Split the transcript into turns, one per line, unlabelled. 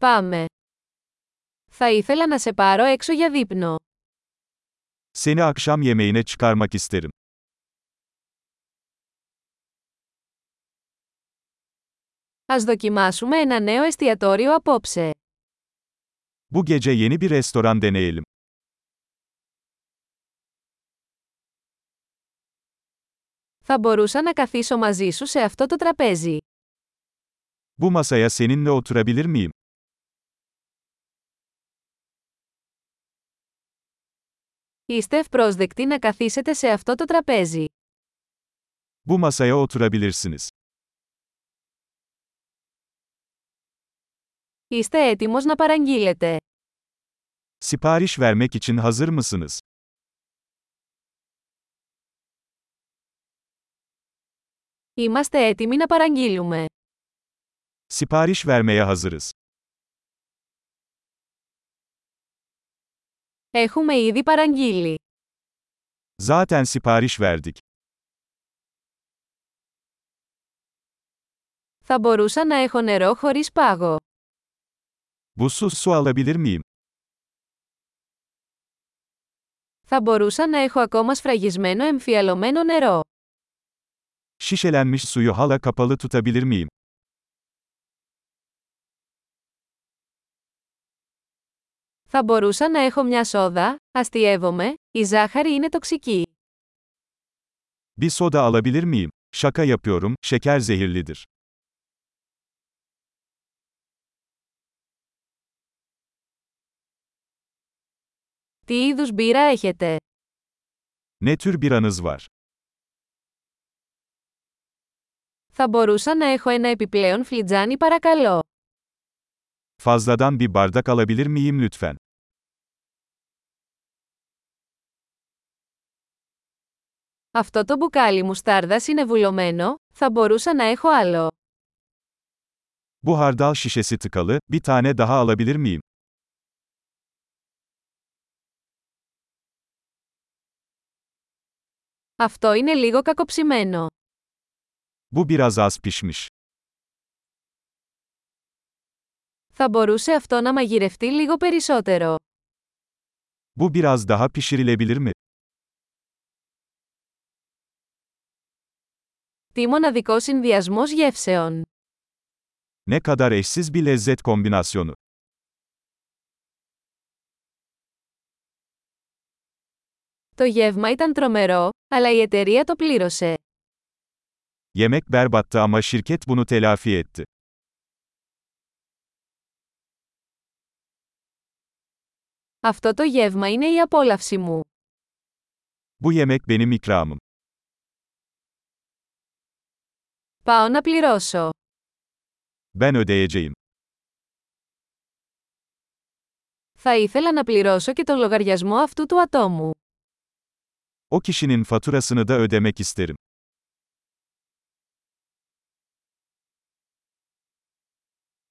Πάμε. Θα ήθελα να σε πάρω έξω για δείπνο.
Seni akşam yemeğine çıkarmak isterim.
Ας δοκιμάσουμε ένα νέο εστιατόριο απόψε.
Bu gece yeni bir restoran deneyelim.
Θα μπορούσα να καθίσω μαζί σου σε αυτό το τραπέζι.
Bu masaya seninle oturabilir miyim?
Είστε ευπρόσδεκτοι να καθίσετε σε αυτό το τραπέζι.
Bu masaya oturabilirsiniz.
Είστε έτοιμος να παραγγείλετε.
Sipariş vermek için hazır mısınız?
Είμαστε έτοιμοι να παραγγείλουμε.
Sipariş vermeye hazırız.
Έχουμε ήδη παραγγείλει.
Zaten sipariş verdik.
Θα μπορούσα να έχω νερό χωρίς πάγο.
Buzsuz su alabilir miyim?
Θα μπορούσα να έχω ακόμα σφραγισμένο εμφιαλωμένο νερό.
Şişelenmiş suyu hala kapalı tutabilir miyim?
Θα μπορούσα να έχω μια σόδα, αστειεύομαι, η ζάχαρη είναι τοξική.
Bir soda alabilir miyim? Şaka yapıyorum, şeker zehirlidir.
Τι είδους μπύρα έχετε.
Ne tür biranız var?
Θα μπορούσα να έχω ένα επιπλέον φλιτζάνι παρακαλώ.
Fazladan bir bardak alabilir miyim lütfen?
Αυτό το μπουκάλι μουστάρδας είναι βουλωμένο, θα μπορούσα να έχω άλλο.
Bu hardal şişesi tıkalı, bir tane daha alabilir miyim?
Αυτό είναι λίγο κακοψημένο.
Bu biraz az pişmiş.
Θα μπορούσε αυτό να μαγειρευτεί λίγο περισσότερο.
Bu biraz daha pişirilebilir mi?
Τι μοναδικό συνδυασμός γεύσεων.
Ne kadar eşsiz bir lezzet kombinasyonu.
Το γεύμα ήταν τρομερό, αλλά η εταιρεία το πλήρωσε.
Yemek berbattı ama şirket bunu telafi etti.
Αυτό το γεύμα είναι η απόλαυση μου.
Bu yemek benim ikramım.
Πάω να πληρώσω.
Ben ödeyeceğim.
Θα ήθελα να πληρώσω και τον λογαριασμό αυτού του ατόμου.
O kişinin faturasını da ödemek isterim.